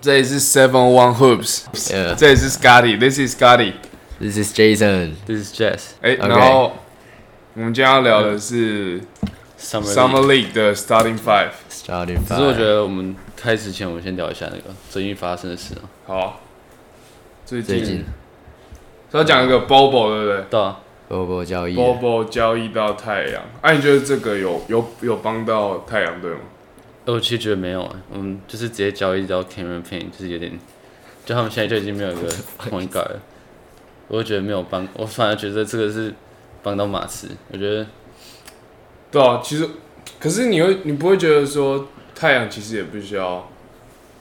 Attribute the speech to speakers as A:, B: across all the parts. A: 这里是 Seven One Hoops，
B: Yeah
A: 这里是 Scotty，This is Scotty，
B: This is Jason.
C: This is Jazz
A: 哎、
B: OK
A: 然后我们今天要聊的是
C: Summer League。
A: Summer League 的 Starting Five。
B: Starting
C: 只是我
B: five.
C: 觉得我们开始前，我们先聊一下那个最近发生的事啊。
A: 好，最近
B: 最近嗯
A: 是要讲一个 Bobo 对不对
C: 对啊，
B: 波波交易，
A: ？Bobo 交易到太阳，哎、你觉得这个有有有帮到太阳队吗？
C: 呃我其实觉得没有、啊，我们就是直接交易到 Cameron Payne，就是有点，就他们现在就已经没有一 个 point guard 了。我就觉得没有帮，我反而觉得这个是帮到马刺。我觉得
A: 对啊，其实可是你会你不会觉得说太阳其实也不需要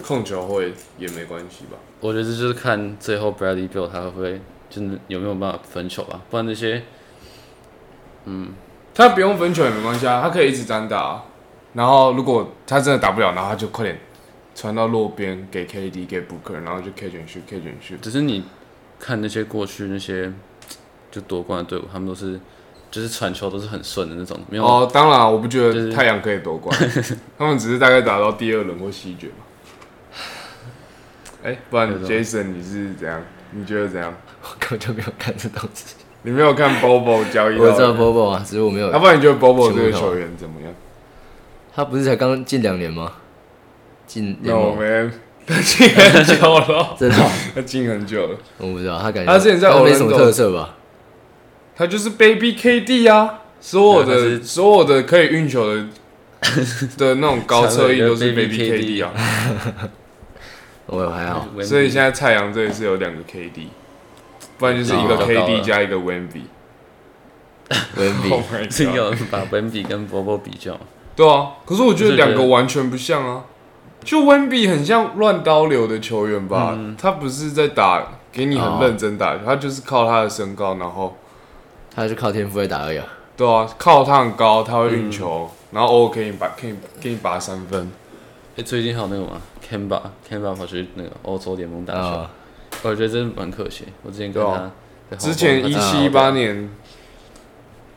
A: 控球会也没关系吧？
C: 我觉得这就是看最后 Bradley b i l l 他会不会真的有没有办法分球吧，不然那些
A: 他不用分球也没关系啊，他可以一直单打啊、然后如果他真的打不了，然后他就快点传到落边给 KD 给 Booker，然后就 K 卷去 K 卷去。
C: 只是你看那些过去那些就夺冠的队伍，他们都是就是传球都是很顺的那种，没有、
A: 哦，当然啊，我不觉得
C: 就是
A: 太阳可以夺 冠，他们只是大概打到第二轮或西决嘛。 哎、不然
C: 对的
A: Jason 你是怎样？你觉得怎样？
B: 我根本就没有看这东西。
A: 你没有看 Bobo 交易到
B: 我知道
A: 的？
B: 波波啊，只是我没有
A: 要、。不然你觉得 Bobo 这个
B: 全部看完
A: 球员怎么样
B: 他不是才刚进两年吗？进联
A: ？No
B: 盟
A: man，他进很久了，
B: 真的 哦？
A: 他进很久了，
B: 我不知道，他感觉
A: 他之前在
B: 他没什么
A: Orlando
B: 特色吧？
A: 他就是 Baby KD 啊，所有
C: 对
A: 的
C: 他是
A: 所有的可以运球 的的那种高侧翼都是
C: 传了一
A: Baby
C: 个
A: KD 啊，
B: 我有还好，
C: Wemby
A: 所以现在蔡阳这里是有两个 KD，不然就是一个
C: 哦
A: KD 加一个 Wemby。
B: 文 笔
A: my
C: 是有
A: 啊
C: 人把 Wemby 跟 Bobo 比较，
A: 对啊，可是我觉得
C: 我就觉得
A: 两个完全不像啊。就温比很像乱刀流的球员吧，
C: 嗯
A: 他不是在打给你很
B: 哦
A: 认真打，他就是靠他的身高，然后
B: 他是靠天赋在打而已啊。
A: 对啊，靠他很高，他会运
C: 嗯
A: 球，然后偶尔给你拔，给你给你拔三分。
C: 哎、最近还有那个嘛 Kemba Kemba 跑去那个欧洲联盟打球，
B: 啊，
C: 我觉得真的蛮可惜。我之前跟
A: 对
C: 他
A: 啊
C: 在黄蜂，
A: 之前一
C: 他
A: 七一
B: 嗯
A: 八年，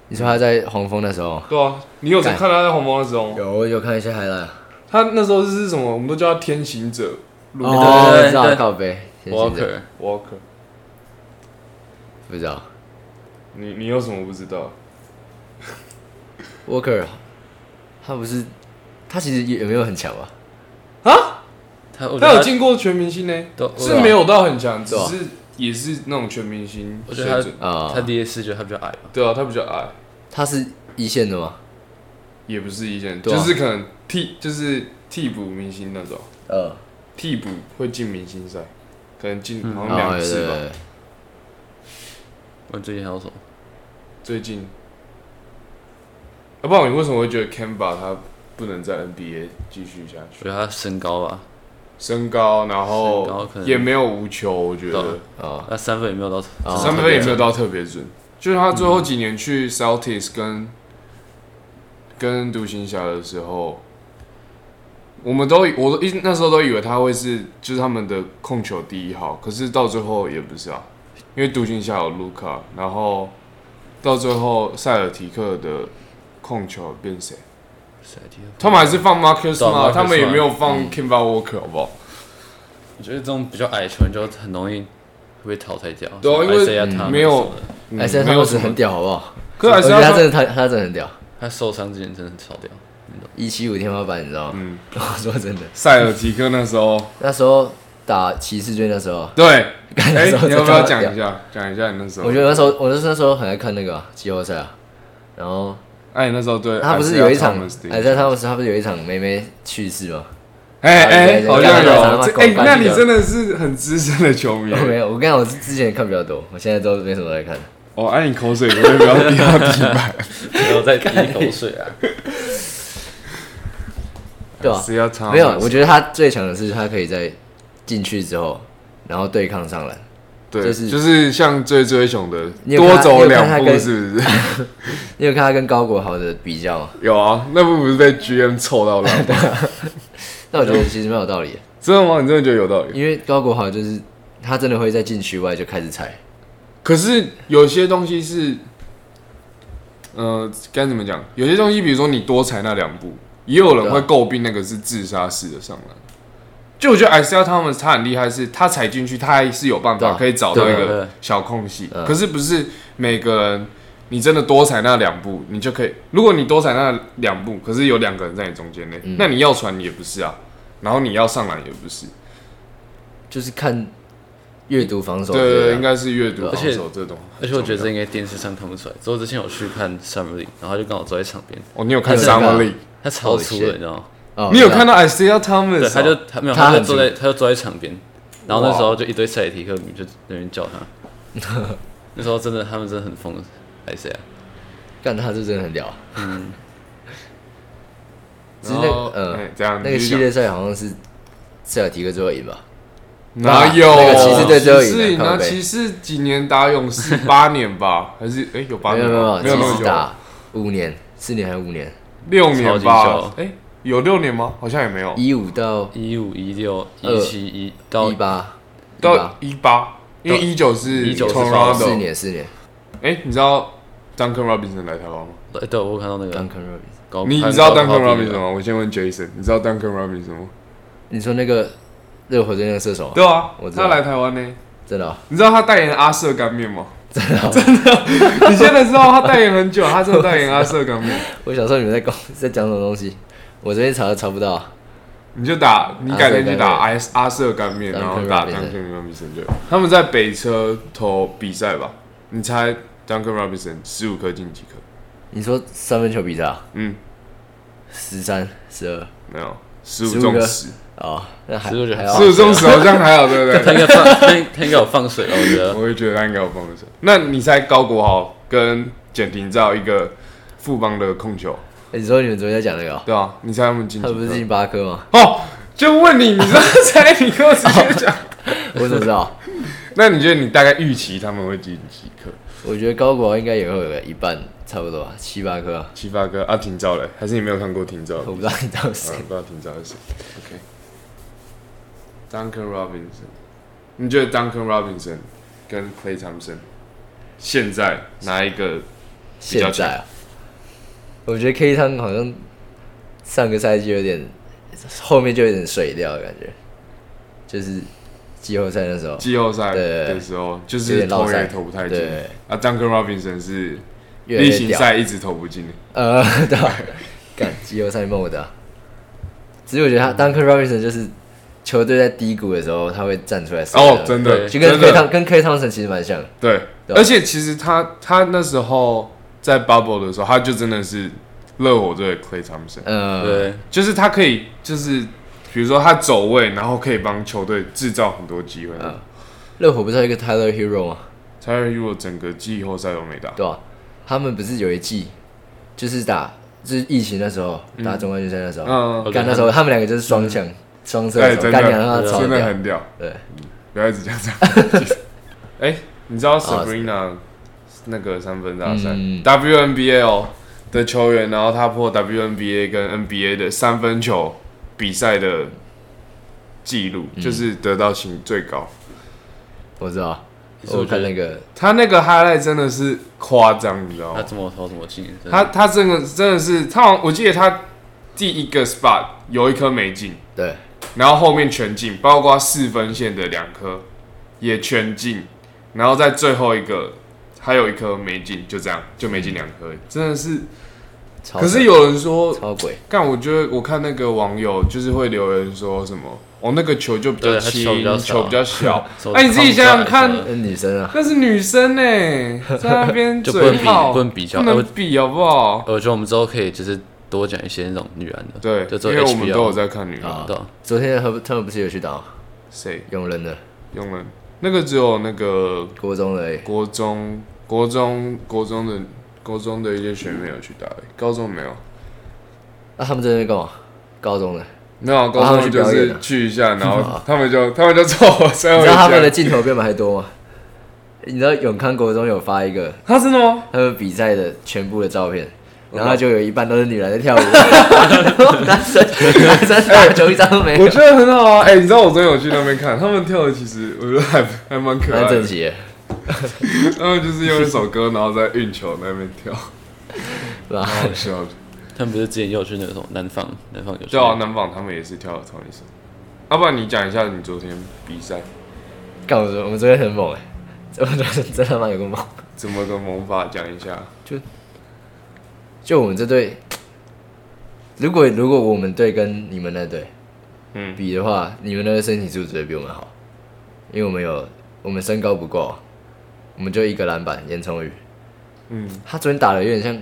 B: 你说他在黄蜂的时候，
A: 对啊，你有看他在红魔的时候吗，
B: 有我有看一些海啊了。
A: 他那时候是什么？我们都叫他天行者路
C: 对
B: 哦，
C: 对
B: 我
C: 对
B: 知道
C: 对
B: 告白，先行者
C: Walker
A: Walker。
B: 不知道
A: 你你有什么不知道？
B: Walker，他不是他其实也没有很强吧？
C: 他我觉
A: 他有
C: 得他
A: 进过全明星呢，
C: 都我
A: 是没有到很强，只
B: 对啊
A: 是也是那种全明星
C: 我觉
A: 水
C: 得他
A: 准。
B: 啊
C: 他，第一次觉得他比较矮吧，
A: 对啊，他比较矮，
B: 他是一线的吗？
A: 也不是一线，
B: 对啊
A: 就是可能替就是替补明星那种，
B: 呃，
A: 替补会进明星赛，可能进好像
B: 哦，
A: 两
B: 对
A: 次
B: 对
A: 吧。
B: 对，
C: 我最近还有什么？
A: 最近，要、不然你为什么会觉得 Canva 他不能在 NBA 继续下
C: 我
A: 去？
C: 觉得他身高吧，
A: 身高，然后
C: 身高可能
A: 也没有无球，我觉
C: 对
A: 得
C: 啊
B: 哦，
C: 他三分也没有到，
B: 哦
A: 三分也没有
C: 有
A: 到特别准。就是他最后几年去 Celtics 跟、跟独行侠的时候，我们都以我都一那时候都以为他会是就是他们的控球第一号，可是到最后也不是啊，因为独行侠有卢卡，然后到最后塞尔提克的控球变谁？他们还是放 Marcus
C: 对啊
A: Smart，他们
C: Marcus 嗯
A: 也没有放 k i m b a Walker 好不好？
C: 我觉得这种比较矮的球员就很容易会被淘汰掉。
A: 对啊因为
C: 他
A: 没有嗯
B: 哎，现在
A: 没
B: 他
A: 有
B: 们
A: 什
B: 是
A: 么啊
B: 很，屌，好不好？
A: 可是还
B: 我
A: 是
B: 觉得
A: 要
B: 他
A: 放
B: 真的他他真的很屌，
C: 他受伤之前真的很超 掉，
B: 一七五天花板，你知道吗？
A: 嗯，
B: 我说真的，
A: 塞尔提克那时候。
B: 那时候打骑士队那时候，
A: 对，
B: 干
A: 哎、
B: 那时候
A: 你要不要
B: 真
A: 讲
B: 的
A: 一下？讲一下你那时候。
B: 我觉得那时候，我就是那时候很爱看那个啊季后赛啊，然后
A: 哎，你那时候对，
B: 他不是有一场
A: Isaiah Thomas 的，
B: 哎，在他们他不是有一场妹妹去世吗？
A: 哎哎，
B: 对
A: 好像
B: 对对
A: 有。
B: 对
A: 这哎，
B: 对
A: 那你真的是很资深的球迷。
B: 没有，我跟你讲，我是之前看比较多，我现在都没什么在看。
A: 哦，哎，你口水可不可以不要滴到地板？
C: 然后再滴口水啊。
B: 对啊，
A: 是要唱
B: 没有，我觉得他最强的是他可以在进去之后，然后对抗上篮。
A: 对，
B: 就是
A: 就是像追追熊的，
B: 你有
A: 多
B: 看他
A: 走
B: 你有看
A: 两
B: 他
A: 步
B: 跟
A: 是不是？
B: 你有看他跟高国豪的比较吗？
A: 有啊，那不不是被 GM 臭到烂吗？
B: 那我觉得其实蛮有道理的，
A: 真的吗？你真的觉得有道理？
B: 因为高国豪就是他真的会在禁区外就开始踩。
A: 可是有些东西是，呃，该怎么讲？有些东
C: 啊
A: 西，比如说你多踩那两步，也有人会诟病那个是自杀式的上篮，就我觉得 Isaiah Thomas 他很厉害，是他踩进去，他还是有办
B: 对
A: 法
B: 啊
A: 可以找到一
B: 对啊
C: 对
A: 个
C: 啊
A: 小空隙
B: 嗯。
A: 可是不是每个人，你真的多踩那两步，你就可以。如果你多踩那两步，可是有两个人在你中间内，
C: 嗯
A: 那你要传也不是啊，然后你要上篮也不是。
B: 就是看阅读防守
A: 对
C: 啊
B: 之类
A: 对
B: 的。
A: 对，应该是阅读
C: 而
A: 防
C: 且
A: 守这种。
C: 啊而且我觉得这应该电视上看不出来。之后之前有去看 Summer League，然后他就刚好坐在场边，
A: 哦，你有看
B: 还是那
A: Summer
B: 个
A: League？
C: 他超
B: Holy
C: 粗
B: shit
C: 的，你知道吗？
B: 哦
A: 你有看
B: 到
A: 到 Isaiah Thomas？
C: 对，他
A: 哦
C: 就他没有，
B: 他
C: 他就
B: 很
C: 坐在他就坐在场边，然后那时候就一堆赛提克女就在那边叫他。 那时候真的，他们真的很疯，还谁啊？
B: 干他是真的很屌啊。 只是
A: 嗯然
B: 那
A: 后
B: 呃
A: 哎这样
B: 那个
A: 你继续
B: 系
A: 讲
B: 列赛好像是塞尔提克最后赢吧？
A: 哪有？
B: 那个骑士队最后赢
A: 骑
B: 了
A: 士赢
B: 靠
A: 啊！
B: 北
A: 骑士几年打勇 士？八年吧？还是哎有八
B: 没
A: 年
B: 有没
A: 吗？没
B: 有没
A: 有那
B: 有，其
A: 么
B: 实
A: 久。
B: 打五年，四年还是五年？
A: 六
C: 超
A: 年
C: 级
A: 吧
C: 久？
A: 哎、有六年吗？好像也没有，
B: 一五到
C: 一五、一六、
B: 二
C: 一七、一到
B: 一八，
A: 到一八，因为一九是
C: 19是
B: 四
A: Toronto。
B: 年四年。
A: 哎、你知道 Duncan Robinson 来台湾吗？
C: 对，对我有看到那个
B: Duncan Robinson，
C: 高，
A: 你
C: 看
A: 你知道
C: 高
A: Duncan
C: 高比的
A: Robinson 吗？我先问 Jason，你知道 Duncan Robinson 吗？
B: 你说那个热火队那个射手啊？
A: 对啊
B: 我，知道
A: 他来台湾呢。
B: 真的哦
A: 你知道他代言阿瑟干面 吗？真的、真的，你现在知道他代言很久，他真的代言阿瑟干 面。
B: 我想说你们在讲在讲什么东西，我这边查都查不到啊。
A: 你就打，你改天就打阿阿瑟干面，
B: Duncan
A: 然后打
B: Robinson
A: Duncan Robinson 就。他们在北车投比赛吧？你猜 Duncan Robinson 十五颗进几颗？
B: 你说三分球比赛啊？
A: 嗯，
B: 十三、十二
A: 没有，十五中十，
B: 哦，那还
C: 其实我觉得
B: 还
C: 还好
A: 十
B: 好
A: 五中十好像还好，对不
C: 他
A: 对？
C: 应该放，他应他应该有放水吧？我 觉得
A: 我也觉得他应该有帮手。那你猜高国豪跟简廷照一个富邦的控球，
B: 欸你说你们昨天在讲那个哦，
A: 对啊，你猜他们进
B: 他
A: 几
B: 们不是
A: 颗？
B: 进八颗 吗？
A: 哦，就问你，你 知道猜？你跟我直接讲。
B: 我怎么知道？
A: 哦那你觉得你大概预期他们会进几颗？
B: 我觉得高国豪应该也会有个一半，差不多吧，七八颗啊。
A: 七八颗啊？廷照嘞？还是你没有看过廷照？
B: 我不知道你到底是
A: 啊
B: 谁，，
A: 不知道挺早是谁。OK。Duncan Robinson，你觉得 Duncan Robinson 跟 Clay Thompson 现在哪一个？比较
B: 现在啊，我觉得 K 汤好像上个赛季有点，后面就有点水掉的感觉，就是季后赛那时候，
A: 季后赛
B: 对
A: 的时候就
B: 有
A: 是
B: 点落
A: 投
B: 赛
A: 也投不太进
B: 对
A: 啊，Duncan Robinson 是
B: 越来
A: 例
B: 越
A: 行
B: 屌
A: 赛一直投不进，
B: 呃，对吧？干季后赛梦的啊、只是我觉得他 Duncan Robinson 就是球队在低谷的时候，他会站出来杀人。
A: 哦，真的，
C: 对
B: 就跟
A: 真
B: K 汤
A: 的，
B: 跟 K 汤神其实蛮像的。
A: 对，
B: 对吧啊
A: 而且其实他他那时候在 Bubble 的时候，他就真的是热火队的 Clay Thompson，
B: 呃，
C: 对，
A: 就是他可以，就是比如说他走位，然后可以帮球队制造很多机会。
B: 嗯热火不是有一个 Tyler Hero 吗？
A: 泰勒 Hero 整个季后赛都没打，
B: 对吧、他们不是有一季就是打，就是疫情那时候打总冠军赛那时候，
A: 嗯，
B: 干、那时候他们两个就是双向双射
A: 对，嗯
B: 手，
A: 哎真
B: 干
A: 的
B: 娘让他超
A: 真的
B: 屌。
A: 很屌，
B: 对，
A: 不要一直讲 这样。哎，你 知道 Sabrina 那个三分大赛
B: 哦嗯
A: WNBA 哦的球员，然后他破 WNBA 跟 NBA 的三分球比赛的记录，
B: 嗯
A: 就是得到新最高。
B: 我知道，
C: 其实
B: 我
C: 我觉
B: 看
C: 得
B: 那个
A: 他那个 highlight 真的是夸张，你知道
B: 啊
A: 吗
C: 他？怎么投怎么进，真的
A: 他他真的真的是，他好像我记得他第一个 spot 有一颗没进，
B: 对，
A: 然后后面全进，包括四分线的两颗也全进，然后在最后一个还有一颗没进，就这样就没进两颗，真的是。
B: 超
A: 可是有人说，
B: 超鬼，
A: 干，我觉得我看那个网友就是会留言说什么，哦，那个球就比较
C: 对他
A: 轻
C: 球比较，少
A: 球比较 小
C: 手，
A: 哎，你自己想想看
C: 控制来，
B: 那女生啊，
A: 那是女生呢，在那边
C: 就不能
A: 嘴
C: 比
A: 炮，
C: 不能比较哎
A: 不能比好不好？
C: 我觉得我们之后可以就是多讲一些那种女篮的，
A: 对，
C: 就做
A: 因为我们
C: HBO
A: 都有在看女篮，
B: 啊
C: 对啊，
B: 昨天他们他们不是有去打
A: 谁
B: 永仁的
A: 用了？那个只有那个
B: 国中的而已，
A: 国中、国中、国中的国中的一些学妹有去打、欸高中没有，
B: 那、他们在那边干嘛？高中的，
A: 没有，
B: 他
A: 高
B: 们
A: 中
B: 去
A: 就
B: 表演
A: 是
B: 啊
A: 去一下，然 后他们就他们就凑合塞
B: 你
A: 回
B: 知道他们
A: 家。
B: 的镜头比我们还多吗？你知道永康国中有发一个
A: 他真的 吗？
B: 他们比赛的全部的照片，然后就有一半都是女人在跳舞，男生男生打球一张都没
A: 我
B: 有，
A: 觉得很好啊！哎、你知道我昨天有去那边看，他们跳的其实我觉得还还蛮可
B: 蛮
A: 爱
B: 整
A: 的。
B: 齐耶，
A: 他们就是用一首歌，然后在运球那边跳，
B: 哦对吧？
A: 好笑的。啊
C: 他们不是之前也有去那个什么南方，南方有去
A: 对啊，南纺他们也是跳了同一首。要、不然你讲一下你昨天比赛
B: 干我昨我们昨天很猛哎、我昨天真他妈有个猛，
A: 怎么个猛法，讲一下。
B: 就我们这队，如果如果我们队跟你们那队
A: 嗯，
B: 比的话，你们那个身体素质会比我们好，因为我们有我们身高不够，啊我们就一个篮板，严崇宇，
A: 嗯，
B: 他昨天打的有点像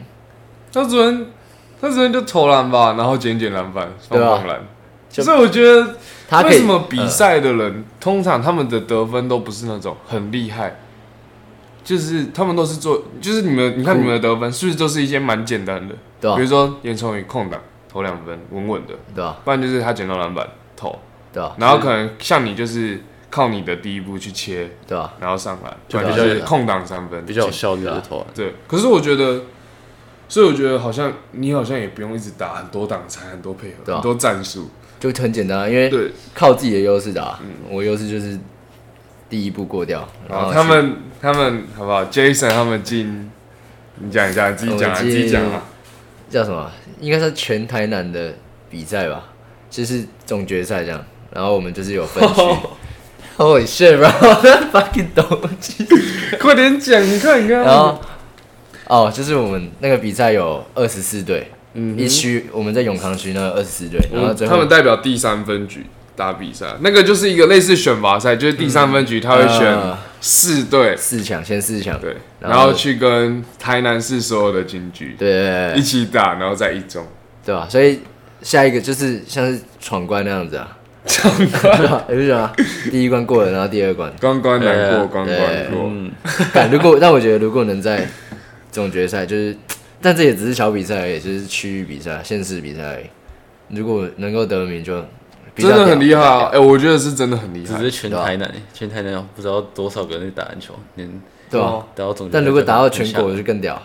A: 他昨天他昨天就投篮吧，然后捡捡篮板，放
B: 对啊
A: 放篮。
B: 就
A: 所以我觉得
B: 他可以
A: 为什么比
B: 嗯
A: 赛的人、通常他们的得分都不是那种很厉害，就是他们都是做，就是你们你看你们的得分是不是都是一些蛮简单的，
B: 嗯对吧、啊
A: 比如说严崇宇空档投两分稳稳的，
B: 对吧、
A: 不然就是他捡到篮板投，
B: 对吧、啊
A: 然后可能像你就是靠你的第一步去切，
B: 对啊吧、
A: 然后上篮，
C: 就
A: 不然
B: 比
A: 就
B: 较
A: 是空档三分
C: 比较有效率的投篮。
A: 对，可是我觉得，所以我觉得好像你好像也不用一直打很多挡拆、很多配合、
B: 对啊
A: 很多战术。
B: 就很简单啊，因为
A: 对，
B: 靠自己的优势打。我优势就是第一步过掉，
A: 然后
B: 后
A: 啊哦他们他们好不好？Jason 他们进，你讲一下，你自己讲啊，
B: 我
A: 自
B: 进
A: 己讲啊。
B: 去叫什么？应该是全台南的比赛吧，就是总决赛这样。然后我们就是有分 区。Holy 哦 shit, bro! Fucking donkey.
A: 快点讲，你看你看。
B: 然后，哦，就是我们那个比赛有二十四队，
A: 嗯
B: 一区我们在永康区那二十四队，然后
A: 嗯
B: 最
A: 他
B: 后
A: 们代表第三分局打比赛，那个就是一个类似选拔赛，
B: 嗯
A: 就是第三分局他会选
B: 呃
A: 四队，
B: 四强，先四强，
A: 对，
B: 然
A: 然
B: 后
A: 后去跟台南市所有的警局
B: 对对对对
A: 一起打，然后在一中。
B: 对吧、所以下一个就是像是闯关那样子啊，闯关， 你不觉得吗？第一关过了，然后第二关，
A: 关关难过
C: 对
A: 关
B: 对
A: 关过，
C: 嗯，
B: 但如果但我觉得如果能在总决赛，就是，但这也只是小比赛而已，就是区域比赛、县市比赛而已。如果能够得名就比较
A: 真的很
B: 屌
A: 厉害啊！哎，我觉得是真的很厉
C: 只
A: 害。
C: 是全台南，全台南不知道多少个人在打篮球，连
B: 对吧、
A: 哦
C: 打到总决赛
B: 但如果达到全
C: 很
B: 国
C: 强，
B: 就更屌。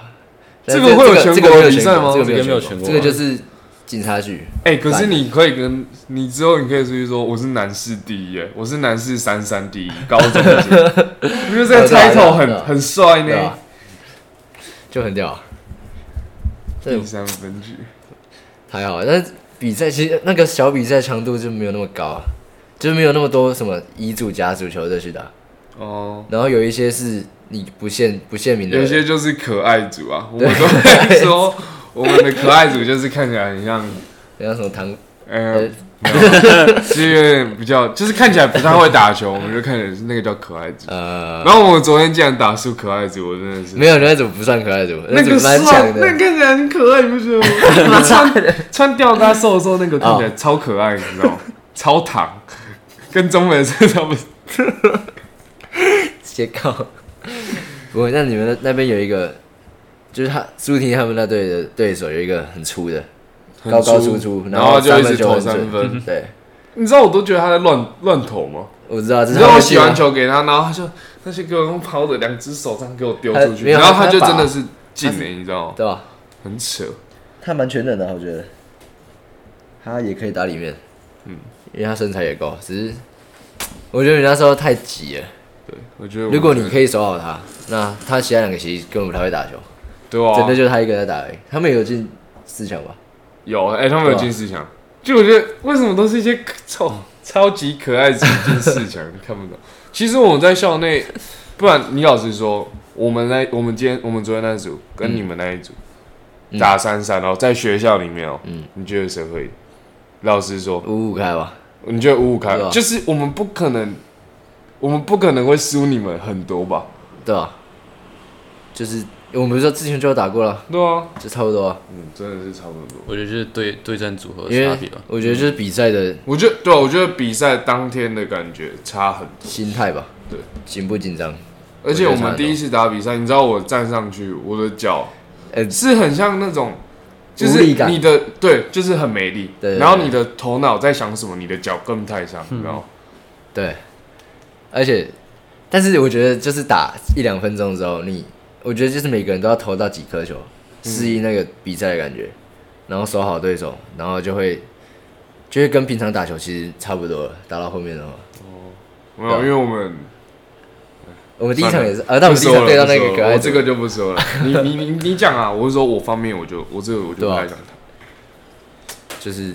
A: 这个
B: 但
A: 会有
B: 这个
A: 全
B: 这个
A: 国
B: 没有
A: 比赛
B: 全国
A: 吗
B: 这个
C: 这个没有
B: 全
C: 全
B: 国啊
C: 国
B: 这个就是警察局。
A: 哎、可是你可以跟你之后，你可以出去说我是南市第一耶，我是南市三三第一，高中的时候，我觉得这个
B: 对啊对
A: title
B: 啊对
A: 很
B: 啊
A: 很帅
B: 对
A: 呢
B: 吧。就很屌啊。这
A: 第三分局，
B: 还好，但是比赛其实那个小比赛强度就没有那么高啊，就是没有那么多什么乙组、甲组球队去打，
A: 哦，
B: 然后有一些是你不限不限名的
A: 有
B: 人，
A: 些就是可爱组啊，我们都会说我们的可爱组就是看起来很像，
B: 人家什么唐
A: 呃
B: 呃，
A: 是有点比较，就是看起来不太会打球，我们就看起来是那个叫可爱组。
B: 呃
A: 然后我们昨天竟然打输可爱组，我真的是。
B: 没有那组不算可爱组，
A: 那
B: 组
A: 个
B: 蛮
A: 帅，
B: 强
A: 那个看
B: 的，
A: 起来很可爱，你不觉 得吗？穿穿吊带瘦的时候，那个看起
B: 哦
A: 来超可爱，你知道吗？超糖，跟中美是差不多。
B: 斜靠。 不过那你们那那边有一个，就是他苏婷他们那队的对手有一个很粗的，高高粗粗，嗯
A: 然后就
B: 三
A: 一直
B: 分球
A: 投
B: 很
A: 三分
B: 准，。对，
A: 你知道我都觉得他在乱乱投吗？
B: 我知道，这
A: 你
B: 是
A: 知道
B: 他
A: 我
B: 们
A: 洗完
B: 去
A: 球给他，然后他就他就给我用抛的两只手这样给我丢出
B: 他
A: 去，
B: 没有
A: 然后
B: 他
A: 他就
B: 把
A: 真的是进了，你知道吗
B: 的？对吧？
A: 很扯。
B: 他蛮全
A: 啊
B: 能的，我觉得。他也可以打里面，嗯，因为他身材也高，只是我觉得你那时候太急了。
A: 对，我觉得我
B: 如果你可以守好他，那他其他两个其实根本不太会打球，
A: 对啊，
B: 真的就他一个人在打而已。他们有进四强吧？
A: 有哎，他们
B: 啊
A: 有进四强。就我觉得为什么都是一些 超超级可爱级进四 强，看不懂。其实我们在校内，不然你老实说，我们那我们今天我们昨天那一组跟你们那一组、
B: 嗯
A: 打三三哦，在学校里面哦，
B: 嗯
A: 你觉得谁会赢？老实说，
B: 五五开吧？
A: 你觉得五五开
B: 对啊？
A: 就是我们不可能，我们不可能会输你们很多吧？
B: 对吧、就是我们不是说之前就有打过了，
A: 对啊，
B: 就差不多啊。
A: 嗯，真的是差不多。
C: 我觉得就是对对战组合
B: 因
C: 差
B: 为
C: 别吧。
B: 我觉得就是比赛的
A: 我觉得对啊、我觉得比赛当天的感觉差很多。
B: 心态吧，
A: 对，
B: 紧不紧张？
A: 而且我们第一次打比赛，你知道我站上去，我的脚
B: 呃
A: 是很像那种，就
B: 无
A: 是
B: 力感
A: 你的对，就是很没力。
B: 对对对嗯
A: 然后你的头脑在想什么，你的脚跟不太上，你知道吗？
B: 对，而且，但是我觉得就是打一两分钟之后，你我觉得就是每个人都要投到几颗球，
A: 嗯
B: 适应那个比赛的感觉，然后守好对手，然后就会就会跟平常打球其实差不多了。打到后面的话，
A: 没有，因为我们
B: 我们第一
A: 算
B: 场
A: 了
B: 也是，呃，但我
A: 不
B: 们第一
A: 说
B: 场
A: 了，
B: 对到
A: 不
B: 那
A: 说
B: 个
A: 了
B: 可爱
A: 我
B: 组
A: 这个就不说了。你 你你你讲啊！
B: 啊
A: 我是说我方面，我就我这个我就
B: 对
A: 不
B: 啊
A: 太想谈。
B: 就是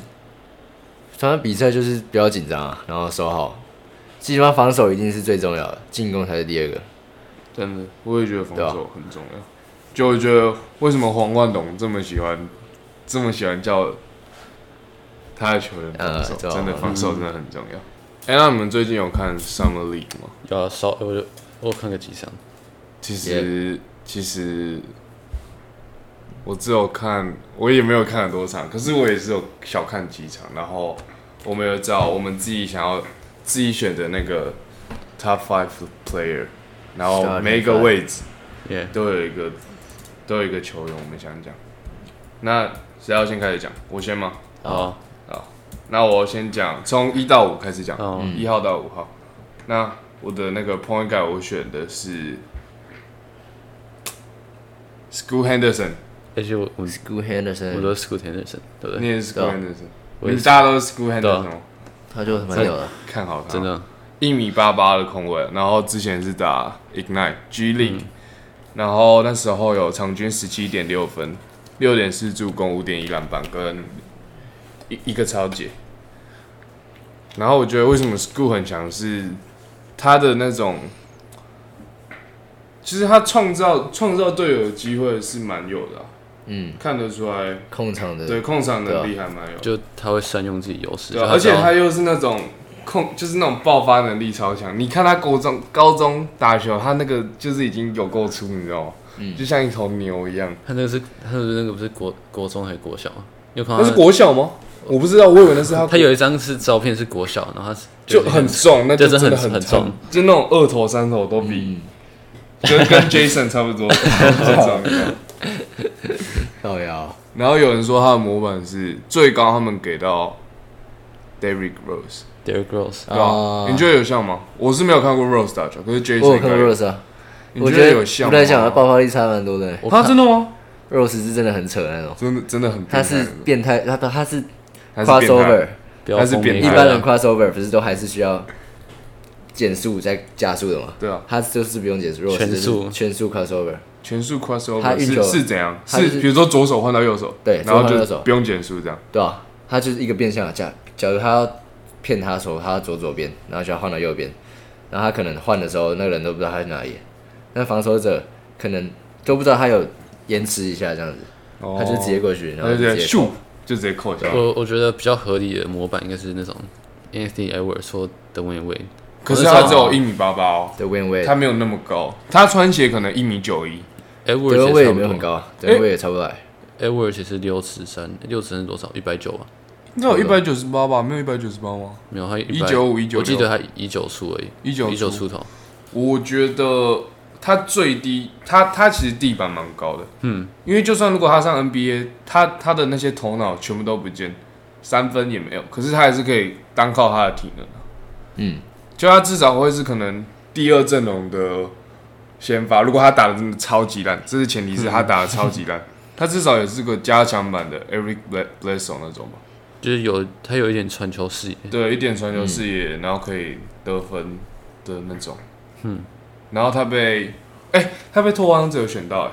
B: 反正比赛就是比较紧张啊，然后守好，基本上防守一定是最重要的，进攻才是第二个。
A: 真的，我也觉得防
B: 对啊
A: 守很重要。就我觉得为什么黄冠董这么喜欢，这么喜欢叫他的球员防守，
B: 呃对啊
A: 真的防守真的很重要。哎、那你们最近有看 Summer League 吗？
C: 要稍我就我有看个几场，
A: 其实其实我只有看，我也没有看很多场，可是我也是有小看几场，然后我们有找我们自己想要自己选的那个 Top Five Player，然后
B: Starting
A: 每一个
B: five
A: 位置
C: 耶、
A: 都有一个都有一个球员，我们想讲。那谁要先开始讲？我先吗？
C: 好，啊
A: 那我先讲，从一到五开始讲
C: 哦，
A: 一、号到五号。那我的那个 point guard 我选的是 School Henderson，
C: 而且我我
B: School
C: 我
B: Henderson，
C: 都是 Scoot Henderson，对
A: 嗯
C: 不
A: 你
C: 对？
A: 也是
B: 对
A: School
B: 啊
A: Henderson，你
C: 我也
A: 们
C: 是
A: 大家都是 School
C: 对
A: Henderson
C: 啊
A: 吗？
B: 他就蛮屌的，
A: 看好他，
C: 真的
A: 一米八八的控卫，然后之前是打 Ignite G League，、然
B: 嗯
A: 后那时候有场均十七点六分，六点四助攻，五点一篮板跟一一个超解。然后我觉得为什么 School 很强是他的那种，其实他创造创造队友的机会是蛮有的啊、
B: 嗯，
A: 看得出来，
B: 控场的，
A: 对控场
B: 对啊
A: 能力还蛮有的。
C: 就他会善用自己优势，
A: 对啊，
C: 就
A: 而且
C: 知道
A: 他又是那种控，就是那种爆发能力超强。你看他高中高中打球，他那个就是已经有够粗，你知道吗？就像一头牛一样。
C: 他那个是他的那个不是国国中还是国小吗？啊你有看
A: 那
C: 到
A: 是
C: 他
A: 国小吗？我不知道，我以为那是他。
C: 他有一张是照片是国小，然后他是
A: 就
C: 就是
A: 很重，那就
C: 就是
A: 真的
C: 很
A: 很
C: 很重，
A: 就那种二头三头都比，就跟 Jason 差 不多，很重你知道吗
B: 造谣，
A: 然后有人说他的模板是最高，他们给到 Derrick Rose，
C: Derek Rose，
A: 对吧
B: 啊？
A: 你觉得有像吗？我是没有看过 Rose 打球，可是 Jason
B: 我有看过
A: 应该
B: Rose 啊，
A: 你
B: 我
A: 觉
B: 觉
A: 得
B: 得
A: 有像
B: 我
A: 吗？
B: 在想他爆发力差蛮多的
C: 我
A: 他
C: 看
A: 啊真的吗？
B: ，Rose 是真的很扯的那种，
A: 真的真的很变
B: 他
A: 态
B: 是
A: 的，
B: 变态，他他是
A: 他是变态
B: crossover，
C: 不要
A: 他是
C: 疯
A: 变
B: 一
A: 态
C: 美国
B: 般人 crossover 不是都还是需要减速再加速的吗？
A: 对啊，
B: 他就是不用减速，Rose
C: 全
B: 就是
C: 速
B: 全速 crossover，
A: 全速 crossover
B: 他运
A: 是
B: 球
A: 是怎样？
B: 他就是是
A: 比如说左手换到右手，
B: 对
A: 然后
B: 左手换
A: 就
B: 右手
A: 不用减速这样。
B: 对啊，他就是一个变相的假，假如他要骗他的时候，他要左左边，然后就要换到右边，然后他可能换的时候，那个人都不知道他在哪里，那防守者可能都不知道他有延迟一下这样子，
A: 哦
B: 他就直接过去，然
A: 他
B: 后
A: 就
B: 就
A: 直
B: 直
A: 接
B: 接
A: 咻就直接扣
B: 啊
A: 下来。
C: 我我觉得比较合理的模板应该是那种 Anthony Edwards 或 d e w a n Wade，
A: 可是他只有一米八八哦，
B: 对 win way，
A: 他没有那么高，他穿鞋可能一米九一，
B: 德
C: Edwards
B: 文位也
C: 也
B: 没有很
C: 差不多
B: 高啊，德文位也差不多来，
C: ，Edwards 也是六尺三，六尺三是多少？一百九吧？
A: 那有一百九十八吧？没有一百九十八吗？
C: 没有，他100
A: 195 196
C: 我记得他一九出而已，
A: 19
C: 一九出头，
A: 我觉得他最低，他他其实地板蛮高的，嗯，因为就算如果他上 NBA，他他的那些头脑全部都不见，三分也没有，可是他还是可以单靠他的体能啊，
B: 嗯，
A: 就他至少会是可能第二阵容的先发，如果他打的真的超级烂，这是前提是他打的超级烂，他至少也是个加强版的 Eric Bledsoe 那种吧，
C: 就是有他有一点传球视野，
A: 对，一点传
B: 嗯
A: 球视野，然后可以得分的那种。嗯，然后他被，哎、他被拓荒者选到、哎，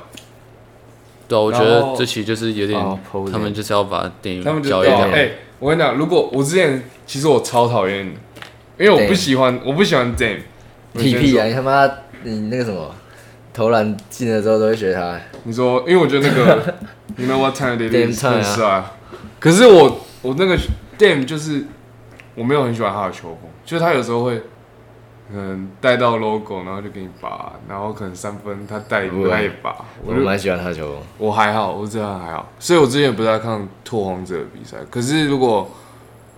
C: 对啊，我觉
A: 然
C: 得
A: 后
C: 这期就是有
B: 哦
C: 点
B: ，Posey
C: 他们就是要把电
B: 嗯
C: 影
A: 他们就
C: 交易
A: 对啊
C: 掉
A: 哎、，我跟你讲，如果我之前其实我超讨厌，因为我不
B: Dame
A: 喜欢，我不喜欢 Dame，我
B: 屁
A: 先
B: 屁
A: 说
B: 啊，你他妈你那个什么投篮进了之后都会学他，
A: 你说，因为我觉得那 个，You know what time it
B: Dame
A: is，
B: time 啊
A: 很帅、可是我我那个 Dame 就是我没有很喜欢他的球风，就是他有时候会，嗯，带到 logo，然后就给你拔，然后可能三分他带一步
B: 我
A: 他也拔，
B: 我
A: 我就
B: 蛮喜欢他的球风，
A: 我还好，我这样还好。所以我之前不是在看拓荒者的比赛，可是如果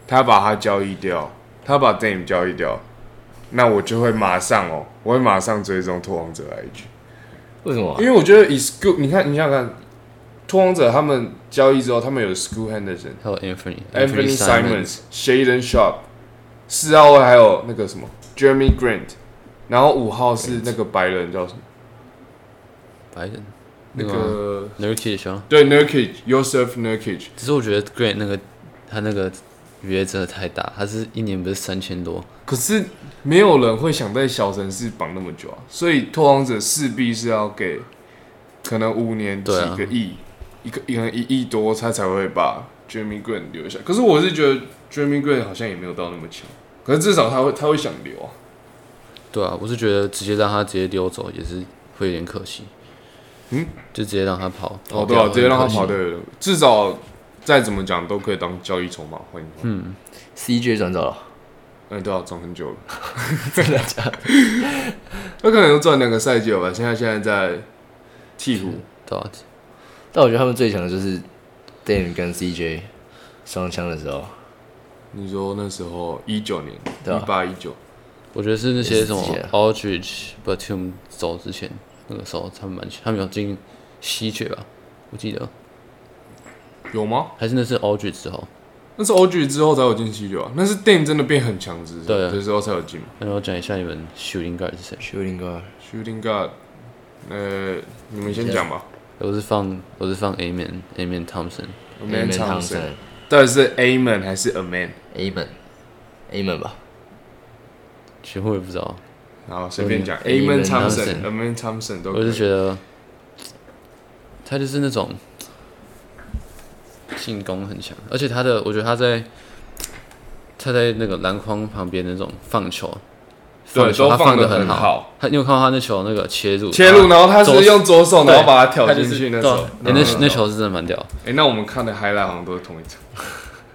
A: 他把他交易掉，他把 Dame 交易掉，那我就会马上哦，我会马上追踪拓荒者 IG。
B: 为什么啊
A: 因？为我觉得以 School，你看，你想想看，拓荒者他们交易之后，他们有 School Henderson、
C: 还有 Anthony
A: Anthony Simons、Shaden Sharp，四号位还有那个什么 Jeremy Grant，然后五号是那个白人叫什么？
C: 白人
A: 那
C: 那个
A: 个
C: Nurkic 啊，
A: 对 Nurkic Joseph Nurkic，
C: 只是我觉得 Grant 那个他那个约真的太大，他是一年不是三千多，
A: 可是没有人会想在小城市绑那么久啊，所以拓荒者势必是要给可能五年几
C: 对啊
A: 个亿，一个一个一亿多，他才会把 Jeremy Grant 留下。可是我是觉得 Jeremy Green 好像也没有到那么强，可是至少他会他会想留啊。
C: 对啊，我是觉得直接让他直接溜走也是会有点可惜。
A: 嗯，
C: 就直接让他跑。
A: 哦，
C: 跑
A: 对
C: 掉
A: 啊，直接让他跑
C: 很可惜。
A: 对了，至少再怎么讲都可以当交易筹码换一换。嗯，
B: CJ 转走了，
A: 哎，对啊，转很久了，
B: 真的假的？
A: 他可能有转两个赛季了吧？现在现在在鹈鹕，
C: 对啊，
B: 但我觉得他们最强的就是 Dan 跟 CJ 双枪的时候，
A: 你说那时候一九年、
B: 对啊
A: 一八、一九，
C: 我觉得是那些什么
B: 也是直接啊
C: Aldridge、Batum 走之前，那个时候他们蛮强，他们有进西决吧？我记得
A: 有吗？
C: 还是那是 Aldridge 之后，
A: 那是 OG 之后才有进西九啊，那是 Dame 真的变很强之后，
C: 对啊
A: 这时候才有进嘛。
C: 那我讲一下你们 shooting guard 是谁？
B: shooting guard
A: Shooting Guard，呃，你们先讲吧。
C: 我是放我是放 A man A man Thompson，
A: A
B: Amen
A: Thompson 到底是 A man 还是 A man？
B: Thompson，Amen Amen 吧，
C: 其实我也不知道，
A: 然后随便讲 A
B: Amen
A: man
C: Thompson
A: Thompson，A man Thompson 都可
C: 我就
A: 以。
C: 觉得他就是那种进攻很强，而且他的我觉得他在他在那个篮筐旁边那种放球，
A: 对，
C: 球
A: 都
C: 他放
A: 的
C: 的很好。
A: 好，
C: 他你有看到他那球那个切入
A: 切入，然后他
C: 左
A: 是用左手，
C: 对
A: 然后把它挑
C: 他就
A: 进
C: 是
A: 去那
C: 对啊
A: 种。
C: 哎、
A: 嗯
C: 那那，球是真的蛮屌。
A: 哎，那我们看的 highlight 好像都是同一 场，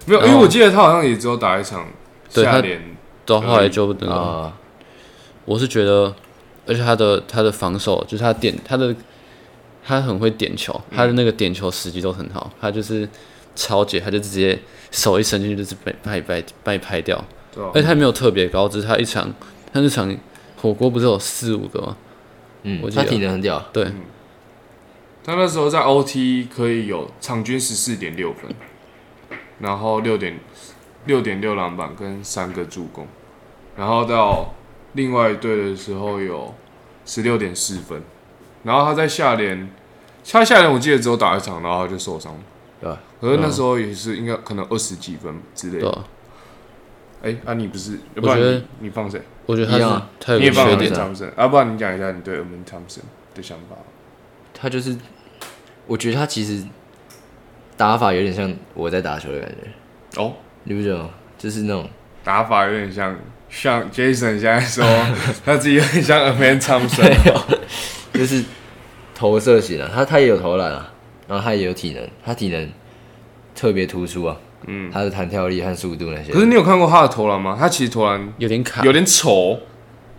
A: 没有，因
C: 然后
A: 为我记得他好像也只有打一场
C: 对
A: 下
C: 他
A: 联，
C: 到后来就那个，
A: 嗯
B: 啊，
C: 我是觉得，而且他的他的防守就是他点他的他很会点球，
A: 嗯
C: 他的那个点球时机都很好，他就是超解，他就直接手一伸进去就是被拍拍被拍掉，
A: 对吧
C: 而且？他没有特别高，只是他一场他那场火锅不是有四五个吗？
B: 嗯
C: 我，记
B: 他
C: 得
B: 体能很屌，
C: 对，
A: 嗯他那时候在 OT 可以有场均十四点六分，然后六点六点六篮板跟三个助攻，然后到另外一队的时候有十六点四分，然后他在下联，他下联我记得只有打一场，然后他就受伤了，
B: 对吧？
A: 可是那时候也是应该可能二十几分之类
C: 对
A: 的。
C: 啊，
A: 哎、啊你不是，
C: 我
A: 不然
C: 觉得
A: 你你放谁？
C: 我觉得他
B: 一
C: 是、
B: 样啊
C: 他有
A: 你
C: 个
A: 也放
C: 缺
A: a
C: 点
A: m
B: 啊
A: Thompson，啊，不然你讲一下你对 a m Thompson 的想法。
B: 他就是，我觉得他其实打法有点像我在打球的感觉，
A: 哦，
B: 你不觉得吗？就是那种
A: 打法有点像像 Jason 现在说他自己很像 A Man Thompson，
B: 就是投射型啊，他他也有投篮啊，然后他也有体能，他体能特别突出啊，嗯，他的弹跳力和速度那些，
A: 可是你有看过他的投篮吗？他其实投篮
C: 有点卡
A: 有，点丑，